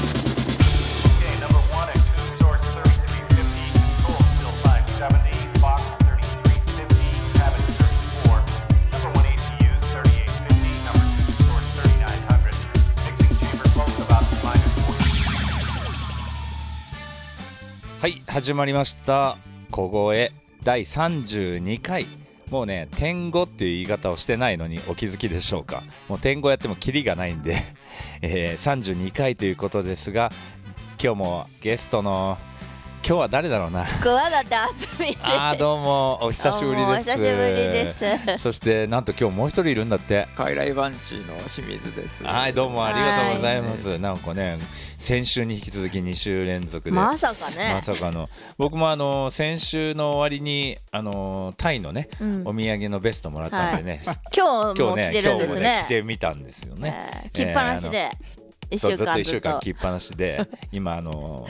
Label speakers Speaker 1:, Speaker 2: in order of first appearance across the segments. Speaker 1: Okay, number one at Coon Resort, serving to be 50, control still 570, Fox 3350, Cabin 34, number one ACU 3850, number two Resort 3900, mixing chamber close about minus 40.
Speaker 2: はい始まりました「小声」第32回もうね「天語」っていう言い方をしてないのにお気づきでしょうかもう天語やってもキリがないんで、 えー32回ということですが今日もゲストの今日は誰だろうな
Speaker 3: クワだって遊びで
Speaker 2: あーどうも お久しぶり
Speaker 3: どうもお
Speaker 2: です
Speaker 3: 久しぶりです
Speaker 2: そしてなんと今日もう一人いるんだって
Speaker 4: 傀儡バンチの清水です。
Speaker 2: はいどうもありがとうございま
Speaker 4: は
Speaker 2: す
Speaker 4: い
Speaker 2: なんかね先週に引き続き2週連続で
Speaker 3: まさかね
Speaker 2: まさかの僕もあの先週の終わりにあのタイのね、
Speaker 3: うん
Speaker 2: お土産のベストもらったんでね、
Speaker 3: 今 日
Speaker 2: 今
Speaker 3: も
Speaker 2: 日ね
Speaker 3: 来てるん
Speaker 2: 今
Speaker 3: で
Speaker 2: 日
Speaker 3: す
Speaker 2: も
Speaker 3: ね
Speaker 2: ね来てみたんですよね。
Speaker 3: えー切っぱなし
Speaker 2: えー。あの
Speaker 3: で一
Speaker 2: そう
Speaker 3: 週
Speaker 2: ずっと
Speaker 3: 間
Speaker 2: 1
Speaker 3: ずっ
Speaker 2: 週間
Speaker 3: と
Speaker 2: 切っぱなしで今あの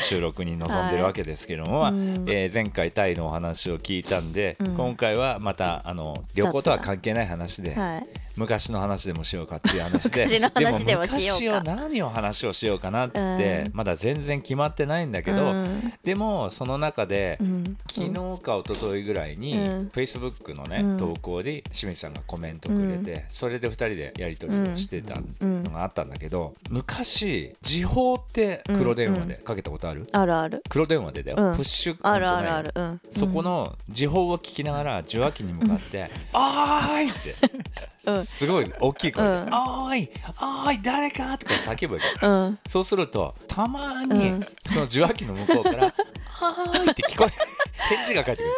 Speaker 2: 収録に臨んでるわけですけども、
Speaker 3: は
Speaker 2: まあ
Speaker 3: いうん
Speaker 2: えー前回タイのお話を聞いたんで、
Speaker 3: うん
Speaker 2: 今回はまたあの旅行とは関係ない話で、
Speaker 3: はい
Speaker 2: 昔の話でもしようかっていう話で
Speaker 3: 昔の話でもしよ
Speaker 2: でも昔
Speaker 3: うか
Speaker 2: を何を話をしようかなっつって、
Speaker 3: うん
Speaker 2: まだ全然決まってないんだけど、
Speaker 3: うん
Speaker 2: でもその中で、
Speaker 3: うん
Speaker 2: 昨日か一昨日ぐらいに、
Speaker 3: うん
Speaker 2: Facebook のね、
Speaker 3: うん
Speaker 2: 投稿で清水さんがコメントくれて、それで2人でやり取りをしてたのがあったんだけど、昔時報って黒電話でかけたことある、
Speaker 3: あるある
Speaker 2: 黒電話でだよ、
Speaker 3: うん
Speaker 2: プッシュ
Speaker 3: あ
Speaker 2: 音
Speaker 3: る
Speaker 2: じゃな
Speaker 3: あ
Speaker 2: い
Speaker 3: るあるうん
Speaker 2: そこの時報を聞きながら受話器に向かって「あーい!」って、
Speaker 3: うん
Speaker 2: すごい大きい声で
Speaker 3: う
Speaker 2: 「
Speaker 3: ん
Speaker 2: あーいあーい誰か!」とか叫ぶわけ
Speaker 3: うん
Speaker 2: そうするとたま
Speaker 3: う
Speaker 2: に
Speaker 3: ん
Speaker 2: その受話器の向こうから「はーい!」って聞こえ返事が返ってくる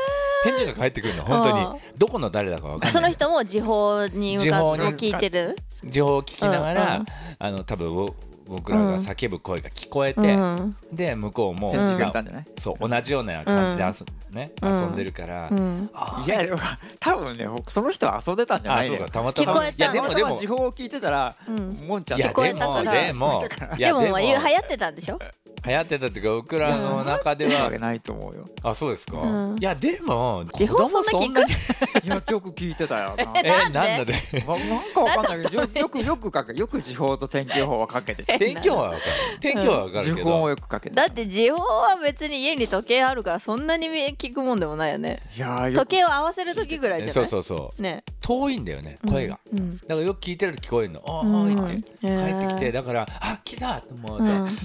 Speaker 2: 返事が返ってくるの本当にどこの誰だか分かん
Speaker 3: そ
Speaker 2: な
Speaker 3: の
Speaker 2: い
Speaker 3: 人も時報に向かってもう
Speaker 2: 時報に
Speaker 3: 聞いてる
Speaker 2: 情報を聞きながら、
Speaker 3: うんうん
Speaker 2: あの多分お僕らが叫ぶ声が聞こえて、
Speaker 3: うん
Speaker 2: で向こうも、
Speaker 4: 返事
Speaker 2: ま
Speaker 4: が
Speaker 2: あ
Speaker 4: 来たんじゃない？
Speaker 2: そう同じような感じで遊,、ね、
Speaker 3: うん
Speaker 2: 遊んでるから。
Speaker 3: うん
Speaker 2: あー
Speaker 4: いやでも多分ねその人は遊んでたんじゃ
Speaker 2: あ
Speaker 4: ない
Speaker 2: そう
Speaker 4: ね
Speaker 2: かたまたま
Speaker 3: 聞こえ
Speaker 2: い
Speaker 3: た
Speaker 2: や
Speaker 3: の
Speaker 2: でもで
Speaker 4: たまたま
Speaker 2: も
Speaker 4: 時報を聞いてたら、
Speaker 3: うん
Speaker 4: もんちゃん
Speaker 2: いや
Speaker 3: 聞こえ
Speaker 2: で
Speaker 3: た
Speaker 2: も
Speaker 3: から
Speaker 2: でもい
Speaker 3: で
Speaker 2: や
Speaker 3: も
Speaker 2: で
Speaker 3: ま
Speaker 2: も
Speaker 3: あ
Speaker 2: 流
Speaker 3: 流行ってたんでしょ
Speaker 2: 行ってたっていうか僕らの中で
Speaker 4: わ
Speaker 2: は
Speaker 4: けないと思うよ。
Speaker 2: あそうですか
Speaker 3: うん
Speaker 2: いやでも
Speaker 3: 時
Speaker 2: 子
Speaker 3: 報
Speaker 2: 供
Speaker 3: そんな
Speaker 2: そ
Speaker 3: 聞く
Speaker 2: んなに
Speaker 4: いやよく聞いてたよ な。
Speaker 2: え
Speaker 3: なん
Speaker 2: なんだ
Speaker 3: で
Speaker 2: で
Speaker 4: ななんかわかんないけどよよくよくかけよく時報と天気予報はかけてて
Speaker 2: 天気予報は分かる天気予報は分か
Speaker 4: 時
Speaker 2: るけ
Speaker 4: 報も
Speaker 2: ど
Speaker 4: よくかけてた
Speaker 3: だって時報は別に家に時計あるからそんなに聞くもんでもないよね
Speaker 4: いやー
Speaker 3: 時
Speaker 4: よく
Speaker 3: 計を合わせる時ぐらい
Speaker 2: え
Speaker 3: じゃない
Speaker 2: そうそうそう
Speaker 3: ね
Speaker 2: 遠いんだよね声が
Speaker 3: うんうん
Speaker 2: だからよく聞いてると聞こえるのあ
Speaker 3: うん
Speaker 2: ーいって帰
Speaker 3: へー
Speaker 2: ってきてだからあ来たと思うと
Speaker 3: うん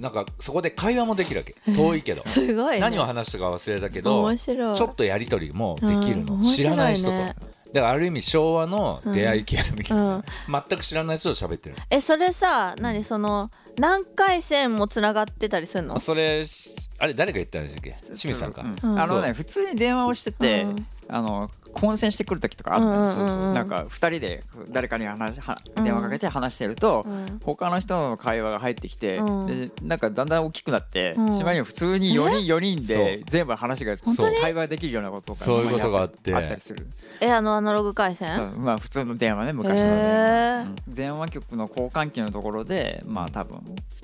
Speaker 2: なんかそこで会話もできるわけ遠いけど
Speaker 3: すごいね
Speaker 2: 何を話したか忘れたけど
Speaker 3: 面白い
Speaker 2: ちょっとやり取りもできる
Speaker 3: う
Speaker 2: の
Speaker 3: ん
Speaker 2: 知らない人と
Speaker 3: 面白いね
Speaker 2: だからある意味昭和の出会い系みたいな
Speaker 3: うん
Speaker 2: 全く知らない人と喋ってる
Speaker 3: えそれさ何その何回線もつながってたりするの
Speaker 2: それしあれ誰が言ったんでしたっけ清水さんか
Speaker 4: うあのね普通に電話をしてて、
Speaker 3: うん
Speaker 4: あの混戦してくる時とかあったんですよ、
Speaker 3: うんうんうんうん
Speaker 4: なんか二人で誰かに話は電話かけて話してると、
Speaker 3: うん
Speaker 4: 他の人の会話が入ってきて、
Speaker 3: うん
Speaker 4: でなんかだんだん大きくなって、
Speaker 3: うん
Speaker 4: しまいには普通に4人4人で
Speaker 2: そう
Speaker 4: 全部話が
Speaker 2: 本当に
Speaker 4: 会話できるようなこととか
Speaker 2: そういうことがあって
Speaker 4: あったりする
Speaker 3: えあのアナログ回
Speaker 4: そ
Speaker 3: 線
Speaker 4: うまあ普通の電話ね昔の電
Speaker 3: へ
Speaker 4: 話、
Speaker 3: ー
Speaker 4: うん電話局の交換機のところでまあ多分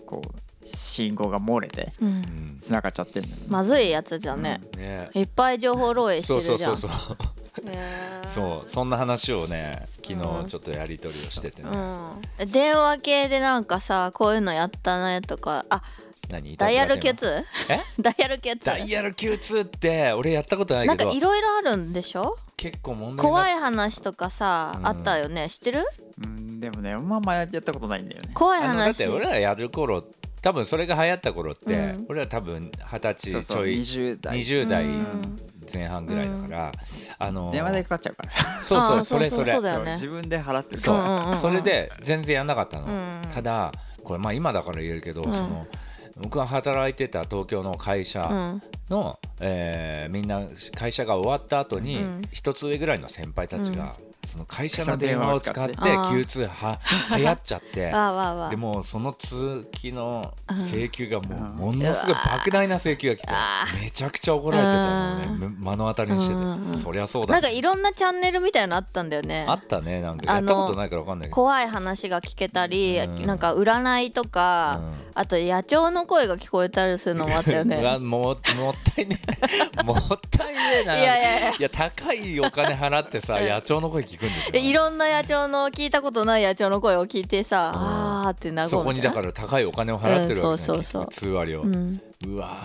Speaker 4: こう信号が漏れて
Speaker 3: うん
Speaker 2: うん
Speaker 4: 繋がっちゃってるんだよね
Speaker 3: まずいやつじゃね、
Speaker 2: ね
Speaker 3: いっぱい情報漏洩して
Speaker 2: そうそ
Speaker 3: る
Speaker 2: う
Speaker 3: じゃ
Speaker 2: そ
Speaker 3: ん
Speaker 2: うそう
Speaker 3: へー
Speaker 2: そうそんな話をね昨
Speaker 3: う
Speaker 2: 日
Speaker 3: ん
Speaker 2: ちょっとやり取りをしててね
Speaker 3: うんえ電話系でなんかさこういうのやったねとかあ
Speaker 2: 何
Speaker 3: ダイヤル
Speaker 2: いたず
Speaker 3: Q2
Speaker 2: ら電話え
Speaker 3: ダイヤル Q2
Speaker 2: ダイヤル Q2 って俺やったことない
Speaker 3: な
Speaker 2: け
Speaker 3: んか
Speaker 2: ど
Speaker 3: いろいろあるんでしょ
Speaker 2: 結構問題にな
Speaker 3: 怖い話とかさ、
Speaker 2: うん
Speaker 3: あったよね知ってる
Speaker 4: うんでもねまあまあやったことないんだよね
Speaker 3: 怖い
Speaker 2: あのだっ
Speaker 3: 話
Speaker 2: て俺らやる頃多分それが流行った頃って、
Speaker 3: うん
Speaker 2: 俺ら多分二十
Speaker 4: そ
Speaker 2: 歳ち
Speaker 4: うそう
Speaker 2: ょい
Speaker 4: 20代
Speaker 2: 20代
Speaker 3: うん
Speaker 2: 前半ぐらいだから、あの
Speaker 4: 電話でかかっちゃうからさ
Speaker 2: そうそ
Speaker 3: あー
Speaker 2: うそれ
Speaker 3: そ
Speaker 2: そう
Speaker 3: うそ
Speaker 2: れ
Speaker 3: そうだよ
Speaker 4: そう
Speaker 3: ね
Speaker 4: 自分で払ってる
Speaker 2: そう,、
Speaker 3: うんうんうん
Speaker 2: それで全然やんなかったの、
Speaker 3: うん
Speaker 2: ただこれまあ今だから言えるけど、
Speaker 3: うん
Speaker 2: その僕が働いてた東京の会
Speaker 3: う
Speaker 2: 社
Speaker 3: ん
Speaker 2: の、えーみんな会社が終わった後に
Speaker 3: うん
Speaker 2: 一つ上ぐらいの先輩たちが、その会社の電
Speaker 4: 電
Speaker 2: 話
Speaker 4: 話
Speaker 2: を
Speaker 4: を
Speaker 2: 使
Speaker 4: 使
Speaker 2: っ
Speaker 4: ってて
Speaker 2: Q2 は流行っちゃって
Speaker 3: わ。あわあわあ
Speaker 2: でもうその通期の請求がも
Speaker 4: うん
Speaker 2: うものすごい莫大な請求が来てめちゃくちゃ怒られてたのをねめ目の当たりにして
Speaker 3: うんうん
Speaker 2: てそりゃそうだ
Speaker 3: なんかいろんなチャンネルみたいなのあったんだよね
Speaker 2: あったねなんかや
Speaker 3: あ
Speaker 2: っ
Speaker 3: の
Speaker 2: たことないから分かんないけど
Speaker 3: 怖い話が聞けたり、
Speaker 2: うん
Speaker 3: なんか占いとか、
Speaker 2: うん
Speaker 3: あと野鳥の声が聞こえたりするのもあったよ
Speaker 2: うわ
Speaker 3: ね。
Speaker 2: もうもった いねえもったいねえない
Speaker 3: やいやいや
Speaker 2: 高いお金払ってさ野鳥の声聞聞くんですよ
Speaker 3: えいろんな野鳥の聞いたことない野鳥の声を聞いてさ、あーってな、
Speaker 2: そこにだからら高いお金を払ってるわけですね、
Speaker 3: うんそうそうそう
Speaker 2: 通割を、
Speaker 3: う、
Speaker 2: うんわ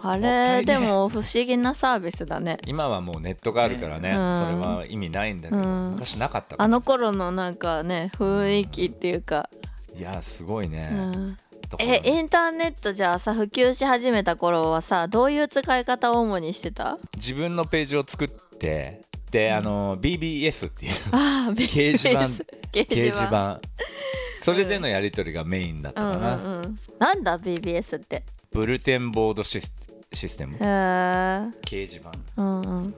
Speaker 2: ーも
Speaker 3: あれ
Speaker 2: ったいね
Speaker 3: でも不思議なサービスだね
Speaker 2: 今はもうネットがあるからね、
Speaker 3: うん
Speaker 2: それは意味ないんだけど、
Speaker 3: うん
Speaker 2: 昔なかったか
Speaker 3: あ
Speaker 2: ら
Speaker 3: の頃のなんかね雰囲気っていうか、
Speaker 2: いやーすごいね、
Speaker 3: うん、
Speaker 2: ところが
Speaker 3: えインターネットじゃあさ普及し始めた頃はさどういう使い方を主にしてた
Speaker 2: 自分のページを作ってで、あの BBS っていう
Speaker 3: あー
Speaker 2: 掲 示板
Speaker 3: BBS
Speaker 2: 掲示板それでのやり取りがメインだった
Speaker 3: うんう
Speaker 2: かな、
Speaker 3: んうん、なんだ BBS って
Speaker 2: ブルテンボードシスシステム
Speaker 3: へえ
Speaker 2: 掲示板
Speaker 3: うんうん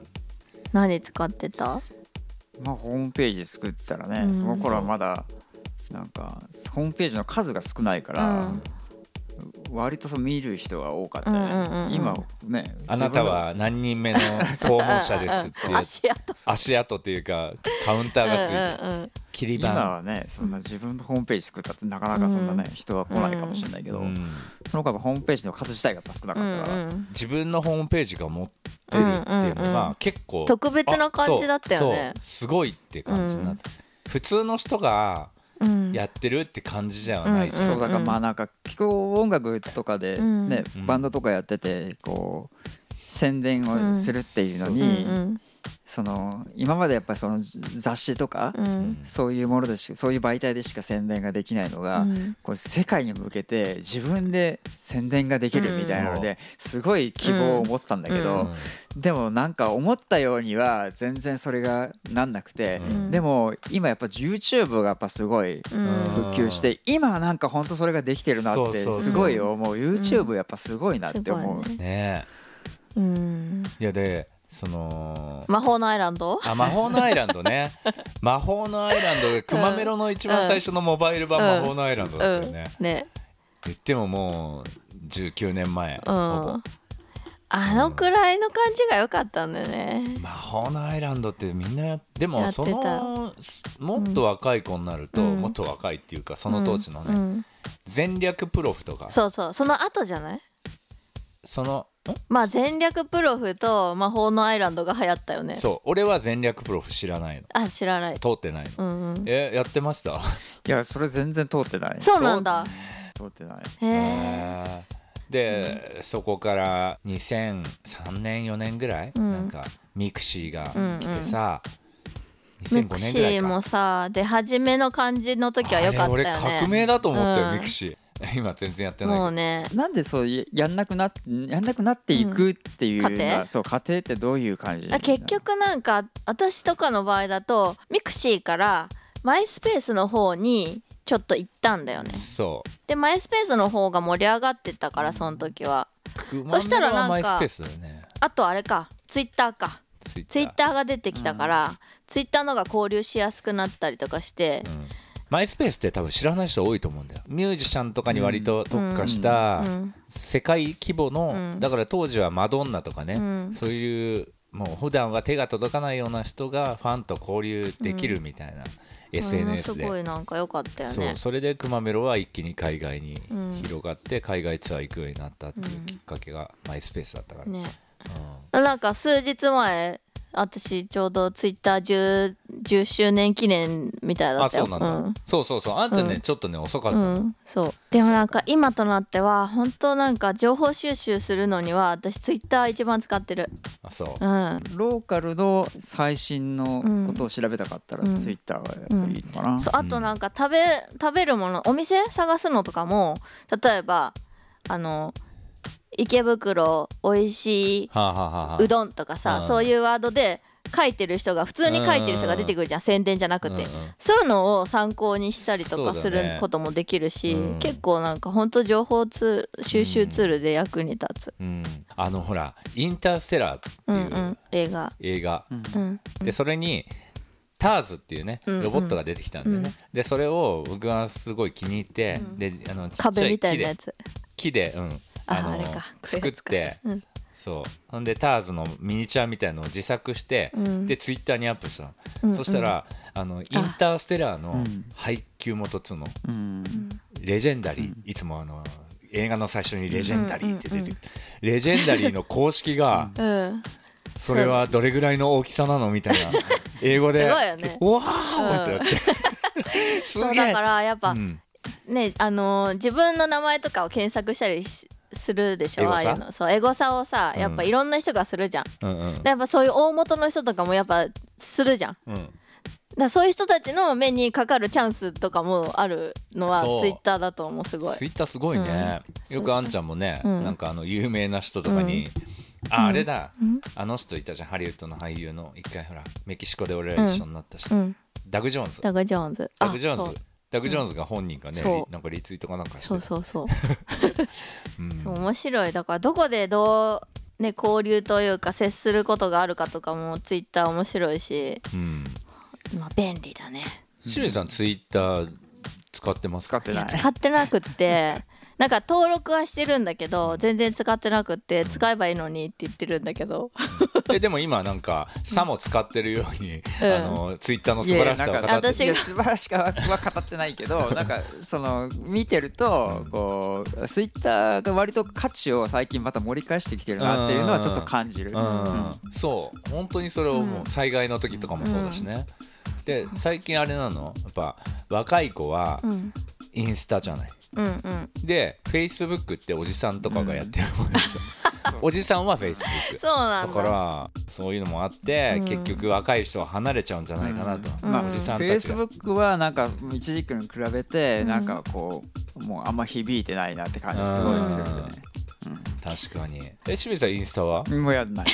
Speaker 3: 何使ってた
Speaker 4: まあ、ホームページ作ったらね、
Speaker 3: うん
Speaker 4: その頃はまだなんかホームページの数が少ないから、割とその見る人が多かったよね、
Speaker 3: うんうんうんうん
Speaker 4: 今ね
Speaker 2: あなたは何人目の訪問者ですっていう
Speaker 3: 足跡
Speaker 2: 足跡というかカウンターがついてる
Speaker 3: うんうんうん
Speaker 2: 切り
Speaker 4: 自分の今
Speaker 2: 板
Speaker 4: はねそんな自分のホームページ作ったってなかなかそんなね、人は来ないかもしれないけど、
Speaker 2: うん
Speaker 4: その頃はホームページの数自体が少な
Speaker 3: う
Speaker 4: かったから、
Speaker 3: んうん
Speaker 2: 自分のホームページが持ってるっていうの
Speaker 3: うんうんうん
Speaker 2: が結構
Speaker 3: 特別な感じだったよね
Speaker 2: あそうそうすごいって感じになって普通の人が
Speaker 3: うん
Speaker 2: やってるって感じじゃないし
Speaker 3: うん
Speaker 4: そうだからまあなんか結構音楽とかで
Speaker 3: うん
Speaker 4: ね、
Speaker 2: うん
Speaker 4: バンドとかやっててこう宣伝
Speaker 3: う
Speaker 4: を
Speaker 3: ん
Speaker 4: するっていうのに、
Speaker 3: うん
Speaker 4: その今までやっぱりその雑誌とか、
Speaker 3: うんうん
Speaker 4: そういうものでしかそういう媒体でしか宣伝ができないのが、
Speaker 3: うん
Speaker 4: こう世界に向けて自分で宣伝ができるみたいなので、
Speaker 2: うん
Speaker 4: すごい希望を持ってたんだけ
Speaker 2: う
Speaker 4: ど、
Speaker 2: ん
Speaker 4: でもなんか思ったようには全然それがなんなくて、
Speaker 3: うん
Speaker 4: でも今やっぱ YouTube がやっぱすごい
Speaker 3: うん
Speaker 4: 復旧して今はなんか本当それができてるなっ
Speaker 2: そう
Speaker 4: て
Speaker 2: そうそう
Speaker 4: すごい思う YouTube やっぱすごいなっ
Speaker 3: す
Speaker 4: て
Speaker 3: ご
Speaker 4: 思う、
Speaker 3: いね
Speaker 2: ね
Speaker 3: うん
Speaker 2: えいやでその
Speaker 3: 魔法のアイランド
Speaker 2: あ魔法のアイランド ね魔法のアイランドでクマメロの一番最初のモバイル版
Speaker 3: うん
Speaker 2: 魔法のアイランドだったよね
Speaker 3: うんね
Speaker 2: 言ってももう19年前
Speaker 3: う
Speaker 2: ほ
Speaker 3: んあのくらいの感じが良かったんだよね
Speaker 2: ぼ魔法のアイランドってみんなやで
Speaker 3: や
Speaker 2: も
Speaker 3: って
Speaker 2: そ
Speaker 3: た
Speaker 2: のもっと若い子になると
Speaker 3: うん
Speaker 2: もっと若いっていうかその当時の
Speaker 3: う
Speaker 2: ね
Speaker 3: ん
Speaker 2: 全略プロフとか
Speaker 3: そうそうその後じゃない
Speaker 2: その
Speaker 3: まあ全略プロフと魔法のアイランドが流行ったよね
Speaker 2: んそう俺は全略プロフ知らないの
Speaker 3: あ知らない
Speaker 2: 通ってないの
Speaker 3: うんうん
Speaker 2: えやってました
Speaker 4: いやそれ全然通ってない
Speaker 3: そうなんだ
Speaker 4: 通ってない
Speaker 3: へえ
Speaker 2: で、そこから2003年4年ぐらい、
Speaker 3: うん
Speaker 2: なんかミクシーが
Speaker 3: うんうん
Speaker 2: 来てさ、
Speaker 3: ミ
Speaker 2: 2005
Speaker 3: ク
Speaker 2: 年
Speaker 3: シ
Speaker 2: ぐらい
Speaker 3: ー
Speaker 2: か
Speaker 3: もさ出始めの感じの時は良かったよね
Speaker 2: あれ俺革命だと思ったよ、
Speaker 3: うん
Speaker 2: ミクシー 今全然やってないけ
Speaker 3: もう
Speaker 2: ど
Speaker 3: ね
Speaker 4: なんでそうややんなくなっやんなくなっていくっていうの
Speaker 3: うん家
Speaker 4: が、
Speaker 3: 庭
Speaker 4: そう家庭ってどういう感じ
Speaker 3: あ結局なんか私とかの場合だとミクシーからマイスペースの方にちょっと行ったんだよね
Speaker 2: そう
Speaker 3: でマイスペースの方が盛り上がってたからその時は
Speaker 2: 熊
Speaker 3: そしたら
Speaker 2: 本
Speaker 3: な
Speaker 2: は
Speaker 3: んか
Speaker 2: マイスペースだよね
Speaker 3: あとあれかツイッターか
Speaker 2: ツイッタ
Speaker 3: ツ
Speaker 2: ー
Speaker 3: イッターが出てきたから、ツイッターのが交流しやすくなったりとかして、
Speaker 2: うんマイスペースって多分知らない人多いと思うんだよミュージシャンとかに割と特化した
Speaker 3: うん
Speaker 2: 世界規模の、
Speaker 3: うん
Speaker 2: だから当時はマドンナとかね、
Speaker 3: うん
Speaker 2: そういうもう普段は手が届かないような人がファンと交流できるみたいな、SNS
Speaker 3: あのすご
Speaker 2: で、
Speaker 3: いなんか良かったよ
Speaker 2: そ
Speaker 3: ね
Speaker 2: うそれでくまメロは一気に海外に
Speaker 3: うん
Speaker 2: 広がって海外ツアー行くようになったっていうきっかけがマイスペースだったから、
Speaker 3: ね
Speaker 2: うん
Speaker 3: なんか数日前私ちょうどツイッター 10, 10周年記念みたいだ
Speaker 2: あ
Speaker 3: ったよ
Speaker 2: そうなんだ、そうそうそうあんたね、
Speaker 3: うん
Speaker 2: ちょっとね遅かった
Speaker 3: う
Speaker 2: の、
Speaker 3: ん、うん、そうでもなんか今となっては本当なんか情報収集するのには私ツイッター一番使ってる
Speaker 2: あそう
Speaker 3: うん
Speaker 4: ローカルの最新のことを調べたかったら、
Speaker 3: うん
Speaker 4: ツイッターがやっぱりいいのかな、
Speaker 3: そうあとなんか食べ食べるものお店探すのとかも例えばあの池袋おいしい
Speaker 2: はあ、はあはあはあ
Speaker 3: うどんとかさ
Speaker 2: うん
Speaker 3: そういうワードで書いてる人が普通に書いてる人が出てくるじゃん宣伝じゃなくて、
Speaker 2: うんうん
Speaker 3: そういうのを参考にしたりとか
Speaker 2: そ
Speaker 3: す
Speaker 2: うだね
Speaker 3: ることもできるし、
Speaker 2: うん
Speaker 3: 結構なんかほんと情報ツール収集ツールで役に立つ、
Speaker 2: うんあのほら「インターステラー」って
Speaker 3: うん、う
Speaker 2: い
Speaker 3: ん
Speaker 2: う
Speaker 3: 映画、
Speaker 2: 映画、
Speaker 3: うん、
Speaker 2: でそれにターズっていうね
Speaker 3: うん
Speaker 2: ロボットが出てきたんでね、
Speaker 3: うん
Speaker 2: でそれを僕はすごい気に入って、であのちっちゃ
Speaker 3: 壁
Speaker 2: い
Speaker 3: みた
Speaker 2: 木
Speaker 3: いなや
Speaker 2: で
Speaker 3: つ
Speaker 2: 木で、うん、
Speaker 3: あ
Speaker 2: あの
Speaker 3: あれか
Speaker 2: 作って、
Speaker 3: うん
Speaker 2: そうほんでターズのミニチュアみたいのを自作して、
Speaker 3: うん
Speaker 2: でツイッターにアップしたの、
Speaker 3: うんうん
Speaker 2: そしたらあのインターステラーの配給元つの
Speaker 4: うん
Speaker 2: レジェンダリー、いつもあの映画の最初にレジェンダリーって出てくる、レジェンダリーの公式が
Speaker 3: うん
Speaker 2: それはどれぐらいの大きさなのみたいな英語で「
Speaker 3: すごいよね
Speaker 2: わー!」ってやって、す
Speaker 3: そう
Speaker 2: げえ
Speaker 3: だからやっぱ、
Speaker 2: うん
Speaker 3: ねあのー自分の名前とかを検索したりしするでし
Speaker 2: エ
Speaker 3: ょ
Speaker 2: ゴ
Speaker 3: ああ
Speaker 2: サ
Speaker 3: いうのそうエゴサをさ
Speaker 2: うん
Speaker 3: やっぱいろんな人がするじゃん、
Speaker 2: うんうん
Speaker 3: でやっぱそういう大元の人とかもやっぱするじゃんだか
Speaker 2: うん
Speaker 3: らそういう人たちの目にかかるチャンスとかもあるのは
Speaker 2: そう
Speaker 3: ツイッターだと思うすごい
Speaker 2: ツイッターすごいね、よくあんちゃんもね、
Speaker 3: うん
Speaker 2: なんかあの有名な人とかに「ああれだ、
Speaker 3: うん
Speaker 2: あの人いたじゃんハリウッドの俳優の一回ほらメキシコで俺ら一緒になった人、
Speaker 3: うん
Speaker 2: ダグ・ジョーンズ
Speaker 3: ダグ・ジョーンズあ
Speaker 2: ダグ・ジョーン
Speaker 3: そう
Speaker 2: ズダグ・ジョーンズが本人がね、
Speaker 3: そう
Speaker 2: リなんかリツイートかなんかして
Speaker 3: そう
Speaker 2: た
Speaker 3: そうそう
Speaker 2: うん
Speaker 3: そう面白いだからどこでどうね交流というか接することがあるかとかもツイッター面白いし
Speaker 2: うん
Speaker 3: まあ便利だね
Speaker 2: 清水さんツイッター使ってます
Speaker 4: 使
Speaker 2: か
Speaker 4: って
Speaker 3: いや
Speaker 4: ない
Speaker 3: 使ってなくって なんか登録はしてるんだけど全然使ってなくって使えばいいのにって言ってるんだけど
Speaker 2: えでも今なんかさも使ってるように、
Speaker 3: うん
Speaker 2: あのツイッターの素晴らしさを語って
Speaker 4: いやいやなん
Speaker 3: か私が
Speaker 4: いや素晴らしくは語ってないけ どなんかその見てるとこうツイッターが割と価値を最近また盛り返してきてるなっていうのはちょっと感じる、うん
Speaker 2: うん、そう本当にそれをも
Speaker 3: うん
Speaker 2: う災害の時とかもそうだしね、で最近あれなのやっぱ若い子は
Speaker 3: うん
Speaker 2: インスタじゃない
Speaker 3: うんうん
Speaker 2: でフェイスブックっておじさんとかがやってるもんで しょ、おじさんはフェイスブック
Speaker 3: そうな
Speaker 2: だ
Speaker 3: ん
Speaker 2: か
Speaker 3: だ
Speaker 2: らそういうのもあって、
Speaker 3: うん
Speaker 2: 結局若い人は離れちゃうんじゃないかなと、
Speaker 3: うんまあ
Speaker 2: おじさん
Speaker 4: フ
Speaker 2: た
Speaker 4: ェイ
Speaker 2: ち
Speaker 4: ス
Speaker 2: が
Speaker 4: ブックはなんか一時期に比べて
Speaker 3: うん
Speaker 4: なんかこうもうあんま響いてないなって感じすごいですよね。
Speaker 2: 確かにえ清水さんインスタは
Speaker 4: もうやんない。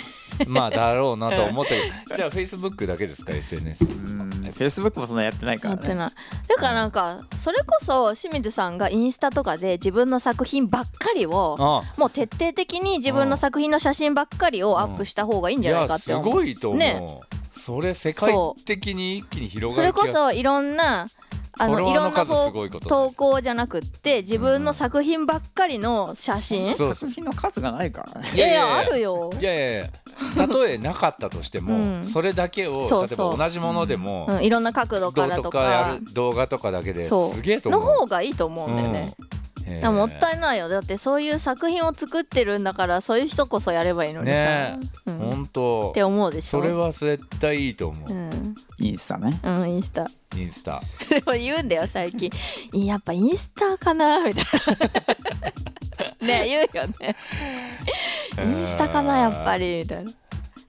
Speaker 2: まあだろうなとは思ったけ どじゃあフェイスブックだけですか SNS
Speaker 4: フェイスブックもそんなやってないか
Speaker 3: や
Speaker 4: ら、
Speaker 3: っ
Speaker 4: ね。
Speaker 3: てないだからなんかそれこそ清水さんがインスタとかで自分の作品ばっかりを
Speaker 2: あ
Speaker 3: もう徹底的に自分の作品の写真ばっかりをアップした方がいいん
Speaker 2: い
Speaker 3: じゃな
Speaker 2: や
Speaker 3: いかって
Speaker 2: す
Speaker 3: 思う
Speaker 2: ごいと思う、
Speaker 3: ね
Speaker 2: それ世界的に一気に広
Speaker 3: そ
Speaker 2: が
Speaker 3: れ
Speaker 2: る
Speaker 3: こ
Speaker 2: 気が
Speaker 3: そいろんなあ
Speaker 2: フ
Speaker 3: の
Speaker 2: ォロワ
Speaker 3: い
Speaker 2: ー
Speaker 3: ろ
Speaker 2: の
Speaker 3: んな
Speaker 2: 数す
Speaker 3: こ
Speaker 2: ごいうこと
Speaker 3: 投稿じゃなくって自分の作品ばっかりの写真
Speaker 2: そうそ
Speaker 4: 作品の数がないからね。
Speaker 2: う
Speaker 3: いやいやあるよ
Speaker 2: いやいやいやたとえなかったとしても、
Speaker 3: うん
Speaker 2: それだけを
Speaker 3: そう
Speaker 2: 例え
Speaker 3: そう
Speaker 2: ば同じものでも、
Speaker 3: うんいろんな角度か
Speaker 2: 動画
Speaker 3: らと
Speaker 2: とかや
Speaker 3: か
Speaker 2: る動画とかだけで
Speaker 3: そう
Speaker 2: すげえと思
Speaker 3: の
Speaker 2: う
Speaker 3: 方がいいと思うんだよね、
Speaker 2: うん
Speaker 3: だからもったいないよだってそういう作品を作ってるんだからそういう人こそやればいいのにさ、
Speaker 2: ね
Speaker 3: う
Speaker 2: え、
Speaker 3: ん、っ
Speaker 2: 本当
Speaker 3: て思うでしょ
Speaker 2: それは絶対いいと思う、
Speaker 3: うん、
Speaker 4: インスタね。
Speaker 3: うん、インスタ
Speaker 2: インスタ
Speaker 3: でも言うんだよ最近いややっぱインスタかなみたい なね言うよねインスタかなやっぱりみたいな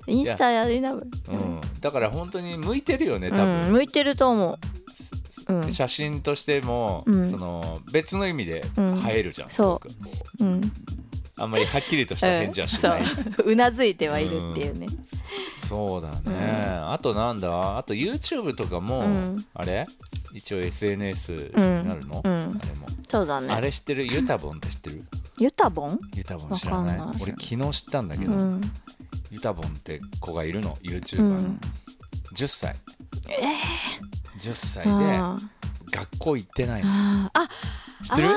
Speaker 3: インスタやりなぶ
Speaker 2: うん、だから本当に向いてるよね多分、
Speaker 3: うん向いてると思ううん
Speaker 2: 写真としても、
Speaker 3: うん
Speaker 2: その別の意味で
Speaker 3: うん
Speaker 2: 映えるじゃん、す
Speaker 3: そ
Speaker 2: ご
Speaker 3: う
Speaker 2: く
Speaker 3: うん
Speaker 2: あんまりはっきり とした返事はし
Speaker 3: そ、
Speaker 2: ないう
Speaker 3: う なずいてはいるっていうね
Speaker 2: そうだね、あとなんだあと YouTube とかも、
Speaker 3: うん
Speaker 2: あれ一応 SNS になるの、
Speaker 3: うん
Speaker 2: あれも、
Speaker 3: そうだ
Speaker 2: あ
Speaker 3: ね
Speaker 2: れ知ってるユタボンって知ってる
Speaker 3: ユタボン
Speaker 2: ユタボン知らない
Speaker 3: わかんない
Speaker 2: 俺昨日知ったんだけ
Speaker 3: う
Speaker 2: ど、
Speaker 3: ん
Speaker 2: ユタボンって子がいるの YouTuber
Speaker 3: う
Speaker 2: の、
Speaker 3: ん
Speaker 2: 10歳10歳
Speaker 3: あ
Speaker 2: で学校行ってないの
Speaker 3: ーあ
Speaker 2: 知
Speaker 3: あ
Speaker 2: ってる
Speaker 3: ー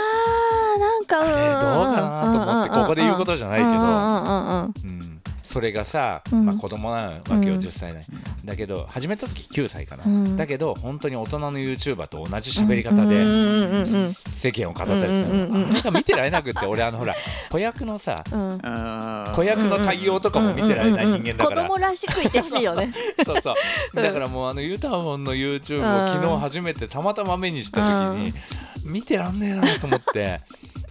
Speaker 3: なんか
Speaker 2: あ
Speaker 3: うん
Speaker 2: れどうかなと思ってここで言うことじゃないけど、
Speaker 3: うんうんうんうん
Speaker 2: うん、それがさ、
Speaker 3: うん
Speaker 2: まあ、子供なわけよ、
Speaker 3: うん
Speaker 2: 10歳だ,、だけど始めた時9歳かな、
Speaker 3: うん
Speaker 2: だけど本当に大人の YouTuber と同じ喋り方
Speaker 3: う
Speaker 2: で
Speaker 3: んうんうん
Speaker 2: 世間を語ったりするの、
Speaker 3: うんうんうんうん
Speaker 2: なんか見てられなくって俺あのほ ら子役のさ
Speaker 3: うんうん
Speaker 4: 子
Speaker 2: 子役の対応とかも見てられない人間だから、
Speaker 3: うんうんうん子供らしくいてほしいよね
Speaker 2: そうそう
Speaker 3: うん
Speaker 2: だからもうあのユタボンの YouTube
Speaker 3: う
Speaker 2: を
Speaker 3: ん
Speaker 2: 昨日初めてたまたま目にした時に見てらんねえなと思って。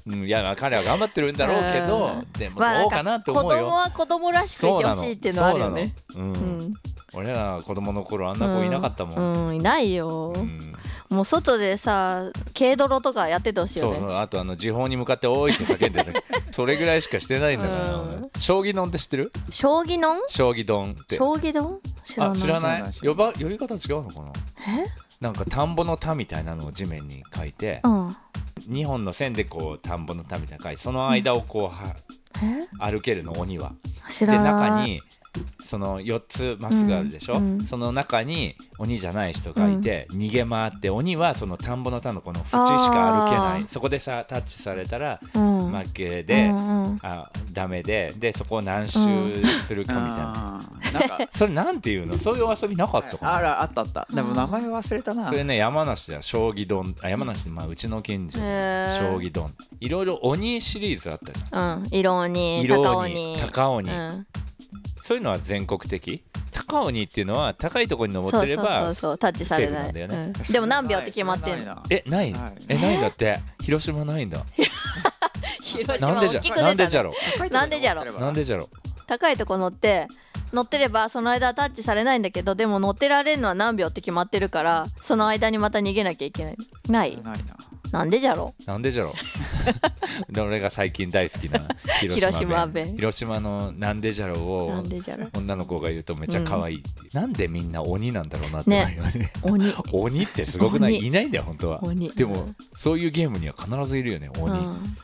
Speaker 2: うん、いや彼は頑張ってるんだろうけど、
Speaker 3: うん
Speaker 2: でも
Speaker 3: まあ
Speaker 2: ど
Speaker 3: ん
Speaker 2: うかなと思うよ
Speaker 3: 子。供は子供らしくいてほしいっていうのはあるよね
Speaker 2: そうなの。そううなのうん
Speaker 3: ん
Speaker 2: 俺ら子供の頃あんな子いなかったもん。
Speaker 3: うんいないよ
Speaker 2: うん
Speaker 3: もう外でさ軽泥とかやっててほしい
Speaker 2: そ
Speaker 3: よ
Speaker 2: うそう
Speaker 3: ね
Speaker 2: あとあの時報に向かって「おい!」って叫んでた それぐらいしかしてないんだから、
Speaker 3: うん
Speaker 2: 将棋丼って知ってる
Speaker 3: 将棋の
Speaker 2: 将棋丼って
Speaker 3: 将棋丼知ら
Speaker 2: あ
Speaker 3: ない
Speaker 2: 知らない
Speaker 4: 知らな
Speaker 2: 呼
Speaker 4: い
Speaker 2: ば呼び方違うのかななんか田んぼの田みたいなのを地面に書いて
Speaker 3: え、うん
Speaker 2: 2本の線でこう田んぼの田みたいなの書いてその間をこうは、
Speaker 3: え
Speaker 2: 歩けるの鬼は。
Speaker 3: 知
Speaker 2: で
Speaker 3: らない
Speaker 2: 中にその4つマスがあるでしょ、
Speaker 3: うんうん
Speaker 2: その中に鬼じゃない人がいて、逃げ回って鬼はその田んぼの田のこの縁しか歩けな
Speaker 3: あ
Speaker 2: い
Speaker 3: ー
Speaker 2: そこでさタッチされたら
Speaker 3: うん
Speaker 2: 負けで、
Speaker 3: うんうん
Speaker 2: あダメででそこを何周するかみたいな、
Speaker 4: なん か
Speaker 2: それなんていうのそういうお遊びなかったかな
Speaker 4: あらあったあった。でも名前忘れたな。
Speaker 2: それね山梨では将棋丼あ山梨でまあうちの近所で
Speaker 3: へー
Speaker 2: 将棋丼いろいろ鬼シリーズあったじゃん
Speaker 3: うん色鬼
Speaker 2: 色
Speaker 3: 高
Speaker 2: 鬼
Speaker 3: 鬼
Speaker 2: 高鬼
Speaker 3: うん
Speaker 2: そういうのは全国的高鬼っていうのは高いところに登
Speaker 3: そ
Speaker 2: っ
Speaker 3: う
Speaker 2: てれ
Speaker 3: そうそ
Speaker 2: ば
Speaker 3: うそうタッチされ
Speaker 2: セーフな
Speaker 3: ない
Speaker 2: んだよね
Speaker 3: うんでも何秒って決まってん
Speaker 4: それ
Speaker 3: の
Speaker 4: はな
Speaker 2: え
Speaker 4: い
Speaker 2: ない
Speaker 4: はい
Speaker 2: えないんだって広島ないんだ
Speaker 3: 広
Speaker 2: な
Speaker 3: 島
Speaker 2: んでじゃ
Speaker 3: 大きく出た
Speaker 2: なんでじゃ
Speaker 3: ね
Speaker 2: ろ
Speaker 4: 高いと
Speaker 3: なんでじゃろ
Speaker 4: こ登ってれば
Speaker 2: なんでじゃろ
Speaker 3: 高いとこ乗って乗ってればその間はタッチされないんだけどでも乗ってられるのは何秒って決まってるからその間にまた逃げなきゃいけないない
Speaker 4: ないな
Speaker 3: なんでじゃろ
Speaker 2: なんでじゃろで俺が最近大好きな広島弁
Speaker 3: 広島弁
Speaker 2: 広島のなんでじゃろ
Speaker 3: な
Speaker 2: を
Speaker 3: んでじゃろ
Speaker 2: 女の子が言うとめっちゃ可愛いっていう、なんでみんな鬼なんだろうなって思うよ
Speaker 3: ね
Speaker 2: ね
Speaker 3: 鬼
Speaker 2: 鬼ってすごくない
Speaker 3: 鬼
Speaker 2: いないんだよ本当は
Speaker 3: 鬼
Speaker 2: でもそういうゲームには必ずいるよね鬼、
Speaker 3: うん、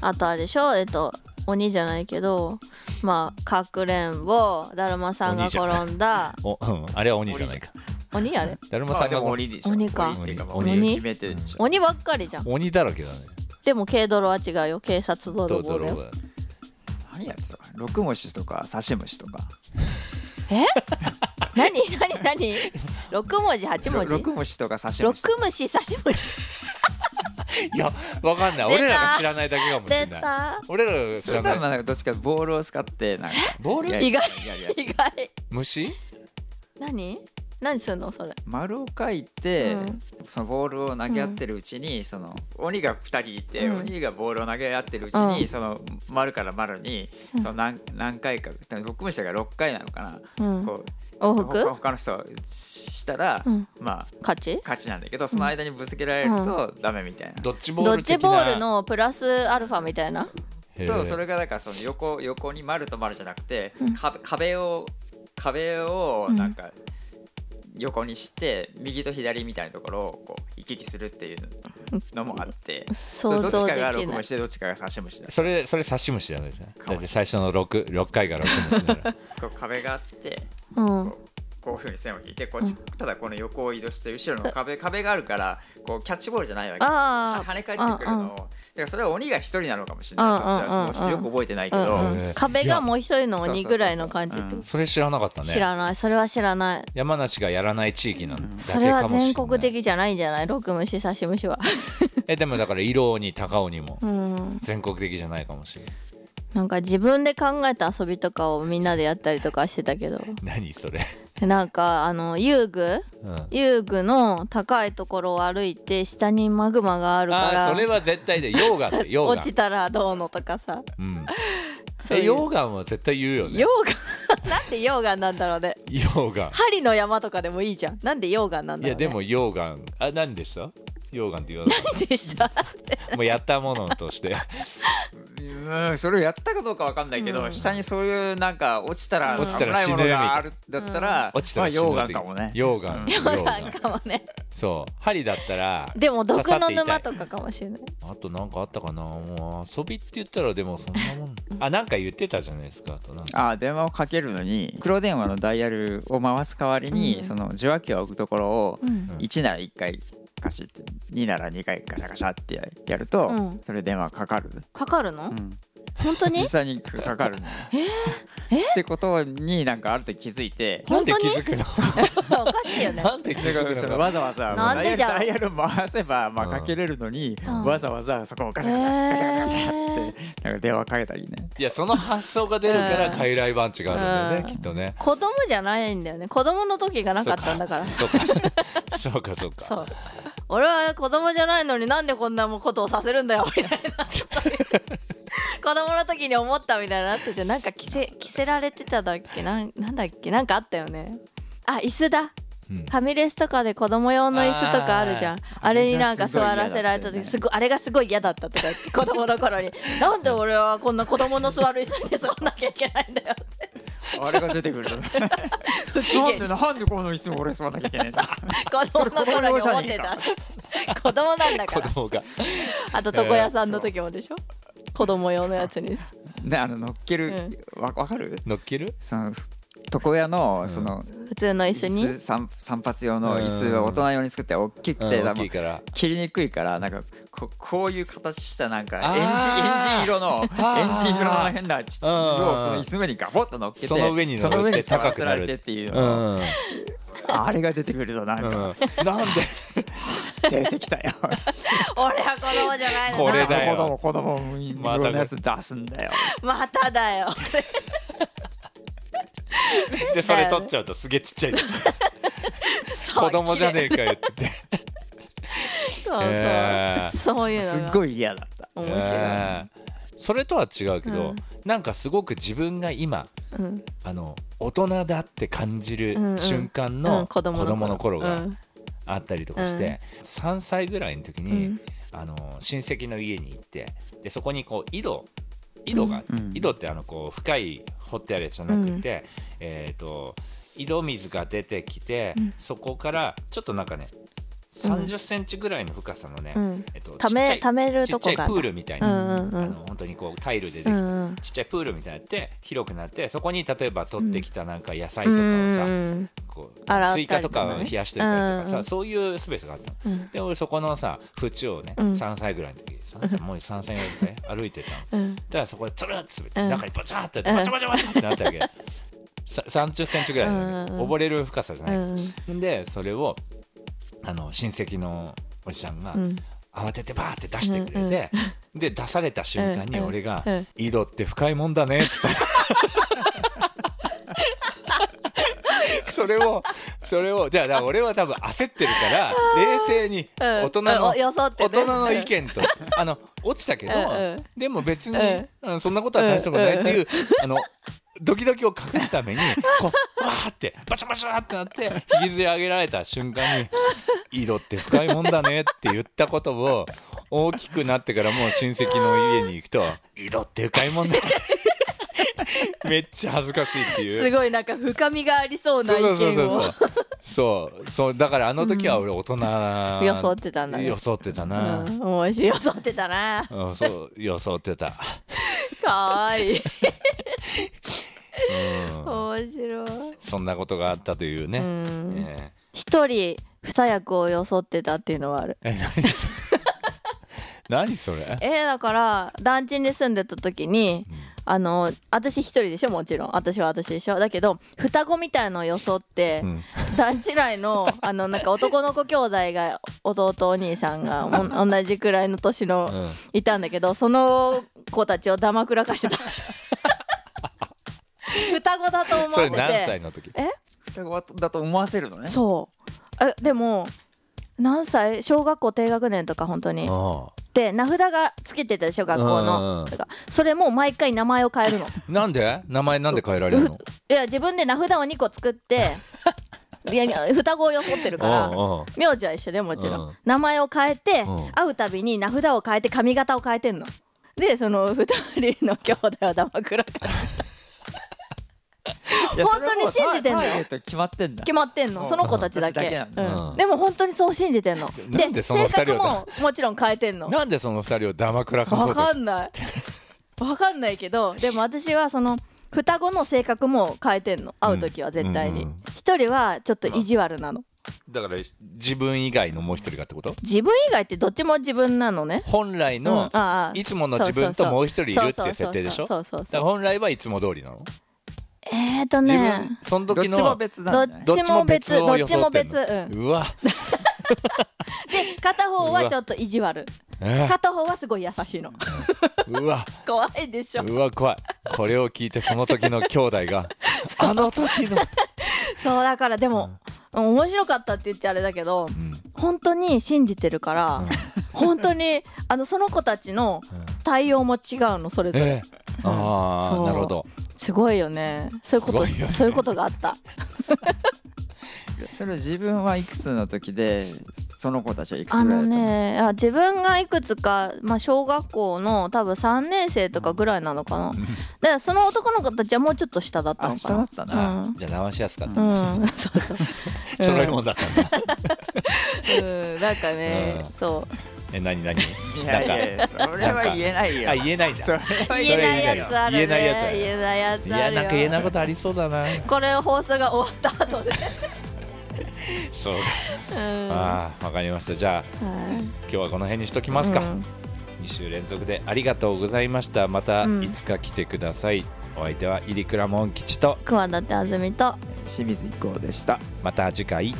Speaker 3: あとあれでしょえっと鬼じゃないけどまあかくれんぼだるまさんが転んだ
Speaker 2: おうん、あれは鬼じゃないか
Speaker 3: 鬼あれ
Speaker 2: だるま
Speaker 4: ま
Speaker 2: さ
Speaker 4: あ
Speaker 2: ん
Speaker 4: で
Speaker 2: が
Speaker 4: も鬼でしょ
Speaker 3: 鬼か
Speaker 4: っていうか
Speaker 2: 鬼
Speaker 4: もう
Speaker 3: 鬼
Speaker 4: 決めてんでしょ
Speaker 3: 鬼ばっかりじゃん
Speaker 2: 鬼だらけだね
Speaker 3: でも軽泥は違うよ警察
Speaker 2: ド
Speaker 3: 泥棒
Speaker 2: ド
Speaker 3: だ
Speaker 2: ロ
Speaker 3: よ
Speaker 2: は
Speaker 4: 何やつだ六虫とか刺し虫とか
Speaker 3: え何何何六文字八文字
Speaker 4: 六虫とか刺し
Speaker 3: 六
Speaker 4: 虫
Speaker 3: 虫差し虫
Speaker 2: いやわかんない
Speaker 3: 出た
Speaker 2: 俺らが知らないだけかもしれ
Speaker 3: 出
Speaker 2: ない
Speaker 3: た
Speaker 2: 俺らが知
Speaker 4: そ
Speaker 2: ら
Speaker 4: れはま
Speaker 2: ない
Speaker 4: あなんかどっちかボールを使ってなんか
Speaker 2: ボール
Speaker 4: いや
Speaker 3: 意外
Speaker 4: いやいや
Speaker 3: 意外
Speaker 2: 虫
Speaker 3: 何何すんのそれ
Speaker 4: 丸を書いて、
Speaker 3: うん
Speaker 4: そのボールを投げ合ってるうちに、その鬼が2人いて、
Speaker 3: うん
Speaker 4: 鬼がボールを投げ合ってるうちに、
Speaker 3: うん
Speaker 4: その丸から丸に
Speaker 3: うん
Speaker 4: その何何回か多分六分者が6回なのか
Speaker 3: う
Speaker 4: な、
Speaker 3: ん
Speaker 4: こ
Speaker 3: 往
Speaker 4: う他
Speaker 3: 復
Speaker 4: 他の人がしたら、
Speaker 3: うん
Speaker 4: まあ
Speaker 3: 勝ち
Speaker 4: 勝ちなんだけどその間にぶつけられるとダメみたいな。
Speaker 2: ドッジボ
Speaker 3: ド
Speaker 2: ー
Speaker 3: ッ
Speaker 2: ル
Speaker 3: ジ
Speaker 2: 的
Speaker 3: ボ
Speaker 2: な
Speaker 3: ールのプラスアルファみたいな
Speaker 2: へ
Speaker 4: と
Speaker 2: ー
Speaker 4: それがだからその横横に丸と丸じゃなくて、か壁を壁をなんか横にして、右と左みたいなところをこう行き来するっていうのもあって、
Speaker 3: 想
Speaker 4: どっ
Speaker 3: 像
Speaker 4: ち
Speaker 3: で
Speaker 4: か
Speaker 3: き
Speaker 4: が
Speaker 3: ない
Speaker 4: 録音してどっちかが差し虫だ
Speaker 2: それそれ刺し虫じゃないですね
Speaker 4: か
Speaker 2: だ
Speaker 4: もしれない
Speaker 2: って最初の 6, 六回が6虫なら
Speaker 4: こう壁があって
Speaker 3: うん
Speaker 4: こういうふうに線を引いてこっちただこの横を移動して後ろの壁壁があるからこうキャッチボールじゃないわけ
Speaker 3: あ
Speaker 4: 跳
Speaker 3: あ
Speaker 4: ね返ってくるのをだからそれは鬼が一人なのかもしれ
Speaker 3: うんうんうんうん
Speaker 4: ないそっちはよく覚えてないけど、
Speaker 3: うんうん、壁がもう一人の
Speaker 4: い
Speaker 3: 鬼
Speaker 4: や
Speaker 3: ぐらいの感じ
Speaker 4: そうそうそ う
Speaker 2: それ知らなかったね
Speaker 3: 知らないそれは知らない
Speaker 2: 山梨がやらない地域なんだ
Speaker 3: そ
Speaker 2: け
Speaker 3: れは
Speaker 2: かもしれない
Speaker 3: 全国的じゃないんじゃない六虫刺し虫は
Speaker 2: えでもだから色鬼高鬼も
Speaker 3: うん
Speaker 2: 全国的じゃないかもしれない
Speaker 3: なんか自分で考えた遊びとかをみんなでやったりとかしてたけど
Speaker 2: 何それ、
Speaker 3: なんかあの遊具
Speaker 2: うん、あ
Speaker 3: 遊具の高いところを歩いて下にマグマがあるか
Speaker 2: あ
Speaker 3: ら
Speaker 2: それは絶対で溶 岩って溶
Speaker 3: 落
Speaker 2: 岩
Speaker 3: ちたらどうのとかさ
Speaker 2: うん、
Speaker 3: そう
Speaker 2: え
Speaker 3: いう
Speaker 2: 溶岩は絶対言うよね
Speaker 3: 溶岩 なんで溶岩なんだろうね
Speaker 2: 溶岩
Speaker 3: 針の山とかでもいいじゃんなんで溶岩なんだ
Speaker 2: い
Speaker 3: ろ
Speaker 2: や
Speaker 3: う、ね、
Speaker 2: でも溶岩あ何でした溶岩って言わなかっ
Speaker 3: でした
Speaker 2: たもうやったものとして
Speaker 4: うん、それをやったかどうかわかんないけど、
Speaker 3: うん
Speaker 4: 下にそういうなんか落ちたら
Speaker 2: 落ちた
Speaker 4: 危
Speaker 2: ら
Speaker 4: ない
Speaker 2: 死ぬ
Speaker 4: ものがあるだったら、
Speaker 2: 落ちたら死ぬ
Speaker 4: まあ溶
Speaker 2: っ
Speaker 4: 岩
Speaker 2: て
Speaker 4: かもね。
Speaker 2: 溶岩
Speaker 4: うん
Speaker 2: 溶岩
Speaker 3: かもね
Speaker 2: そう針だったら
Speaker 3: でも毒の
Speaker 2: 刺さっ
Speaker 3: 沼
Speaker 2: て
Speaker 3: とかかもしれない
Speaker 2: 痛いあとなんかあったかなもう遊びって言ったらでもそんなもんあなんか言ってたじゃないですかあとなんか
Speaker 4: ああ電話をかけるのに黒電話のダイヤルを回す代わりに、
Speaker 3: うん
Speaker 4: その受話器を置くところを
Speaker 3: うん
Speaker 4: 1なら1回カシッて2なら2回ガシャガシャってやると、
Speaker 3: うん
Speaker 4: それ電話かかる、
Speaker 3: かかるの、
Speaker 4: うん
Speaker 3: 本当 に
Speaker 4: 実際にかかるの。ってことになんかある時気づいて。
Speaker 2: なんで
Speaker 3: 本当
Speaker 2: 気
Speaker 3: に
Speaker 2: づくの
Speaker 3: おかしいよね
Speaker 2: なんで気
Speaker 4: だか
Speaker 2: づ
Speaker 4: ら
Speaker 2: く
Speaker 4: その
Speaker 2: の
Speaker 4: わざわざ
Speaker 3: なんでじゃん
Speaker 4: ダイヤル回せばまあ
Speaker 2: うん
Speaker 4: かけれるのに、
Speaker 3: ん
Speaker 4: わざわざそこをガシャガシャガシャガシャガシャってなんか電話かけたりね
Speaker 2: いやその発想が出るから
Speaker 3: うん
Speaker 2: 傀儡番地があるんだよね、
Speaker 3: うん
Speaker 2: きっとね
Speaker 3: 子供じゃないんだよね子供の時がなかったんだから
Speaker 2: そうか そうかそう
Speaker 3: そ
Speaker 2: か
Speaker 3: う俺は子供じゃないのになんでこんなことをさせるんだよみたいな子供の時に思ったみたいなのあったじゃんなんか着せ着せられてただっけなんなんだっけなんかあったよねあ椅子だ
Speaker 2: うん
Speaker 3: ファミレスとかで子供用の椅子とかあるじゃんあ
Speaker 4: あー
Speaker 3: れになんか座らせられた時
Speaker 4: あれがすごい嫌だったよね
Speaker 3: すごいあれがすごい嫌だったとか言って子供の頃になんで俺はこんな子供の座る椅子に座んなきゃいけないんだよって
Speaker 4: あれが出て くるとなんでなんでこの椅子俺座らなきゃいけないんだ
Speaker 3: 子供の頃に思ってた子供なんだか
Speaker 2: 子
Speaker 3: ら
Speaker 2: 供が
Speaker 3: あと床屋さんの時もでしょ子供用のやつに
Speaker 4: ねあの乗っけるわわかる
Speaker 2: 乗っける
Speaker 4: その床屋のその
Speaker 3: 普通の椅子に
Speaker 4: 椅子散散髪用の椅子を大人用に作って大き
Speaker 2: う
Speaker 4: く
Speaker 2: ん
Speaker 4: て
Speaker 2: 大
Speaker 4: 多
Speaker 2: きい
Speaker 4: 分
Speaker 2: から
Speaker 4: 切りにくいからなんかここういう形したなんか
Speaker 2: あー
Speaker 4: エンジエンジ色のエン
Speaker 2: ー
Speaker 4: ジ色の変なち
Speaker 2: うんうんうん
Speaker 4: をその椅子上にガボッと乗っけて
Speaker 2: その上に乗
Speaker 4: そ
Speaker 2: っ
Speaker 4: の上
Speaker 2: て
Speaker 4: に
Speaker 2: 高くな
Speaker 4: 座らせられ
Speaker 2: る
Speaker 4: てっていう
Speaker 2: う
Speaker 4: の
Speaker 2: んうん
Speaker 4: あれが出てくるとなんか
Speaker 2: なんで
Speaker 4: 出てきたよ
Speaker 3: 俺は子供じゃないの
Speaker 2: こ
Speaker 3: な
Speaker 2: れだよ
Speaker 4: 子供子供いろんなやつ出すんだよ
Speaker 3: まただよ
Speaker 2: でそれ取っちゃうとすげえちっちゃい 子供じゃねえかよって言って
Speaker 3: そうそう、
Speaker 2: えー
Speaker 3: そういうの
Speaker 4: す
Speaker 3: が
Speaker 4: っごい嫌だった
Speaker 3: 面白い、
Speaker 2: えーそれとは違うけど、
Speaker 3: うん
Speaker 2: なんかすごく自分が今
Speaker 3: うん
Speaker 2: あの大人だって感じ
Speaker 3: うんう
Speaker 2: る
Speaker 3: ん
Speaker 2: 瞬間
Speaker 3: う
Speaker 2: の
Speaker 3: ん
Speaker 2: 子
Speaker 3: 子供の
Speaker 2: 供の頃
Speaker 3: 頃
Speaker 2: が
Speaker 3: うん
Speaker 2: あったりとかして、3歳ぐらいの時に、
Speaker 3: うん
Speaker 2: あの親戚の家に行ってでそこにこう井戸井戸が、
Speaker 4: うん
Speaker 2: 井戸ってあのこう深い掘ってあるやつじゃなくて、えっ、と井戸水が出てきて、
Speaker 3: うん
Speaker 2: そこからちょっとなんかね
Speaker 3: うん
Speaker 2: 3 0ンチぐらいの深さのね、
Speaker 3: うん
Speaker 2: えっと、
Speaker 3: た
Speaker 2: ちっ
Speaker 3: め
Speaker 2: ちゃ
Speaker 3: た
Speaker 2: い
Speaker 3: める
Speaker 2: ちっ
Speaker 3: と
Speaker 2: ちゃ
Speaker 3: こ
Speaker 2: いプ
Speaker 3: が
Speaker 2: ールみたい
Speaker 3: うん
Speaker 2: な、
Speaker 3: うんう
Speaker 2: あの
Speaker 3: ん
Speaker 2: 本当にこうタイルででき
Speaker 3: う
Speaker 2: た、
Speaker 3: んうん
Speaker 2: ちっちゃいプールみたいになって広くなってそこに例えば取ってきたなんか野菜
Speaker 3: う
Speaker 2: とかをさ、
Speaker 3: ん
Speaker 2: こう
Speaker 3: 洗った
Speaker 2: ス
Speaker 3: り
Speaker 2: イ
Speaker 3: とか
Speaker 2: カ
Speaker 3: ね
Speaker 2: とかを冷やしてたりとか
Speaker 3: うん
Speaker 2: さ、
Speaker 3: うん
Speaker 2: そういうすべてがあったの。
Speaker 3: うん
Speaker 2: で俺そこのさ縁をね、
Speaker 3: うん
Speaker 2: 3歳ぐらいの時3歳もう3歳ぐらいでね歩いてた の。
Speaker 3: うん
Speaker 2: ただそこでつるって滑って、
Speaker 3: うん
Speaker 2: 中にバチャーってバチャバチャバチャってなったわけ。さ30センチぐらいなのよ、
Speaker 3: うんうん
Speaker 2: 溺れる深さじゃ
Speaker 3: う
Speaker 2: ない、
Speaker 3: ん
Speaker 2: でそれをあの親戚のおじちゃんが
Speaker 3: うん
Speaker 2: 慌ててバーって出してくれて、で出された瞬間に
Speaker 3: うんうん
Speaker 2: 俺が
Speaker 3: うん
Speaker 2: 「井戸って深いもんだね」っつった。それをそれをじゃあだから俺は多分焦ってるから冷静に
Speaker 3: うん
Speaker 2: 大人の、
Speaker 3: うんよそって
Speaker 2: 大
Speaker 3: ね
Speaker 2: 人の意見とあの落ちたけど、
Speaker 3: うんうん
Speaker 2: でも別に、
Speaker 3: うん
Speaker 2: うんそんなことは大したことないっていう、あのドキドキを隠すためにこうわーってバシャバシャってなって引きずり上げられた瞬間に「井戸って深いもんだね」って言ったことを大きくなってからもう親戚の家に行くと「井戸って深いも んだね」めっちゃ恥ずかしいっていう。
Speaker 3: すごいなんか深みがありそうな意
Speaker 2: そうそうそう
Speaker 3: 見を
Speaker 2: そうそうそうだからあの時は俺大人、
Speaker 3: 装ってたんだね
Speaker 2: 装ってたな、
Speaker 3: うん 面白いよそってたな
Speaker 2: うん、そう装ってた、
Speaker 3: かわいい
Speaker 2: うん、
Speaker 3: 面白い
Speaker 2: そんなことがあったというね、
Speaker 3: うん
Speaker 2: え
Speaker 3: 一人二役を装ってたっていうのはある
Speaker 2: ええ何それ 何それ
Speaker 3: えーだから団地に住んでた時に、あの私一人でしょもちろん私は私でしょだけど双子みたいのを装って、
Speaker 2: うん
Speaker 3: 団地内のあのなんか男の子兄弟が弟お兄さんがお ん同じくらいの年の、
Speaker 2: うん
Speaker 3: いたんだけどその子たちをだまくらかしてた双子だと思わ
Speaker 2: そ
Speaker 3: せ
Speaker 2: れ
Speaker 3: て
Speaker 2: 何歳の時
Speaker 4: 双子だと思わせるのね
Speaker 3: そうえでも何歳小学校低学年とか本当に
Speaker 2: あ
Speaker 3: で名札がつけてたでしょ学校
Speaker 2: うんうんう
Speaker 3: の
Speaker 2: ん
Speaker 3: とかそれも毎回名前を変え るの
Speaker 2: あなんで名前なんで変えられる の
Speaker 3: いや自分で名札を2個作って いやいや双子を装ってるから
Speaker 2: うんうん
Speaker 3: 名字は一緒でもちろん、
Speaker 2: うん
Speaker 3: 名前を変えて、
Speaker 2: うん
Speaker 3: 会うたびに名札を変えて髪型を変えてんのでその二人の兄弟はだまくらか して
Speaker 4: いや
Speaker 3: 本当に信じてんの
Speaker 4: それはもうターゲット決まってんだ
Speaker 3: 決まってんの
Speaker 4: うん
Speaker 3: その子たちだけ
Speaker 4: 私だけな
Speaker 2: の
Speaker 3: う
Speaker 2: うん
Speaker 3: ん、でも本当にそう信じてんの
Speaker 2: なんでその二人を
Speaker 3: 性格ももちろん変えてんの
Speaker 2: なんでその二人をだまくらかそ
Speaker 3: わ
Speaker 2: うと
Speaker 3: か
Speaker 2: し
Speaker 3: んない わかんないけどでも私はその双子の性格も変えてんの会う時は絶対
Speaker 2: うんう
Speaker 3: に
Speaker 2: ん
Speaker 3: 一、人はちょっと意地悪なの
Speaker 2: だから自分以外のもう一人がってこと
Speaker 3: 自分以外ってどっちも自分なのね
Speaker 2: 本来
Speaker 3: うん
Speaker 2: の
Speaker 3: あああ
Speaker 2: いつもの自分ともう一人いるっていう設定でしょ
Speaker 3: そうそうそ
Speaker 2: だ
Speaker 3: うそうそうそうそう
Speaker 2: から本来はいつも通りなの
Speaker 3: えーと
Speaker 2: 自
Speaker 3: ね
Speaker 2: 分その
Speaker 4: どっ
Speaker 2: 時
Speaker 4: ち
Speaker 2: の
Speaker 4: も別なんだね
Speaker 2: どっちも別を
Speaker 3: どっち
Speaker 2: 装
Speaker 3: も
Speaker 2: ってん
Speaker 3: 別どっちも
Speaker 2: の
Speaker 3: 別
Speaker 2: うわ
Speaker 3: で片方はちょっと意地悪
Speaker 2: え
Speaker 3: 片方はすごい優しいの
Speaker 2: うわ
Speaker 3: 怖いでしょ
Speaker 2: うわ怖いこれを聞いてその時の兄弟 があの時の
Speaker 3: そうだからでも、面白かったって言っちゃあれだけど、
Speaker 2: ん
Speaker 3: 本当に信じてるから、本当にあのその子たちの対応も違うのそれぞれ、
Speaker 2: ええあ
Speaker 3: そ
Speaker 2: あ
Speaker 3: う
Speaker 2: なるほど
Speaker 3: すごいよねそういうこと、
Speaker 2: すごいよね
Speaker 3: そういうことがあった
Speaker 4: それ自分はいくつの時でその子たちはいくつ
Speaker 3: あ
Speaker 4: ぐら
Speaker 3: の
Speaker 4: いだったの
Speaker 3: ねあ自分がいくつか、まあ、小学校の多分3年生とかぐらいなのかなだからその男の子たちはもうちょっと下だった
Speaker 4: あ
Speaker 3: の
Speaker 4: 下だ
Speaker 3: か
Speaker 4: ったな
Speaker 2: あ
Speaker 3: う
Speaker 2: ー
Speaker 3: ん
Speaker 2: じゃあ直しやすかった
Speaker 3: なうんそうそう
Speaker 2: ちょろいもんだったんだ
Speaker 3: うんなんかね
Speaker 2: うん
Speaker 3: そう
Speaker 2: え何何
Speaker 4: いやいやいやそれは言えないよ
Speaker 2: あ言えないん
Speaker 4: それ
Speaker 2: だ
Speaker 4: は
Speaker 3: 言えないやつあるね
Speaker 2: 言えないやつある
Speaker 3: 言えないや
Speaker 2: い
Speaker 3: つあ
Speaker 2: や
Speaker 3: るよ
Speaker 2: なんか言えないことありそうだな
Speaker 3: これ放送が終わった後で、
Speaker 2: そう
Speaker 3: うんは
Speaker 2: ああわかりましたじゃあ
Speaker 3: い
Speaker 2: 今日はこの辺にしときますか
Speaker 3: うん
Speaker 2: 2週連続でありがとうございましたまた
Speaker 3: うん
Speaker 2: いつか来てくださいお相手はイリクラモン吉と
Speaker 3: 桑舘あずみと
Speaker 4: 清水一行でした
Speaker 2: また次回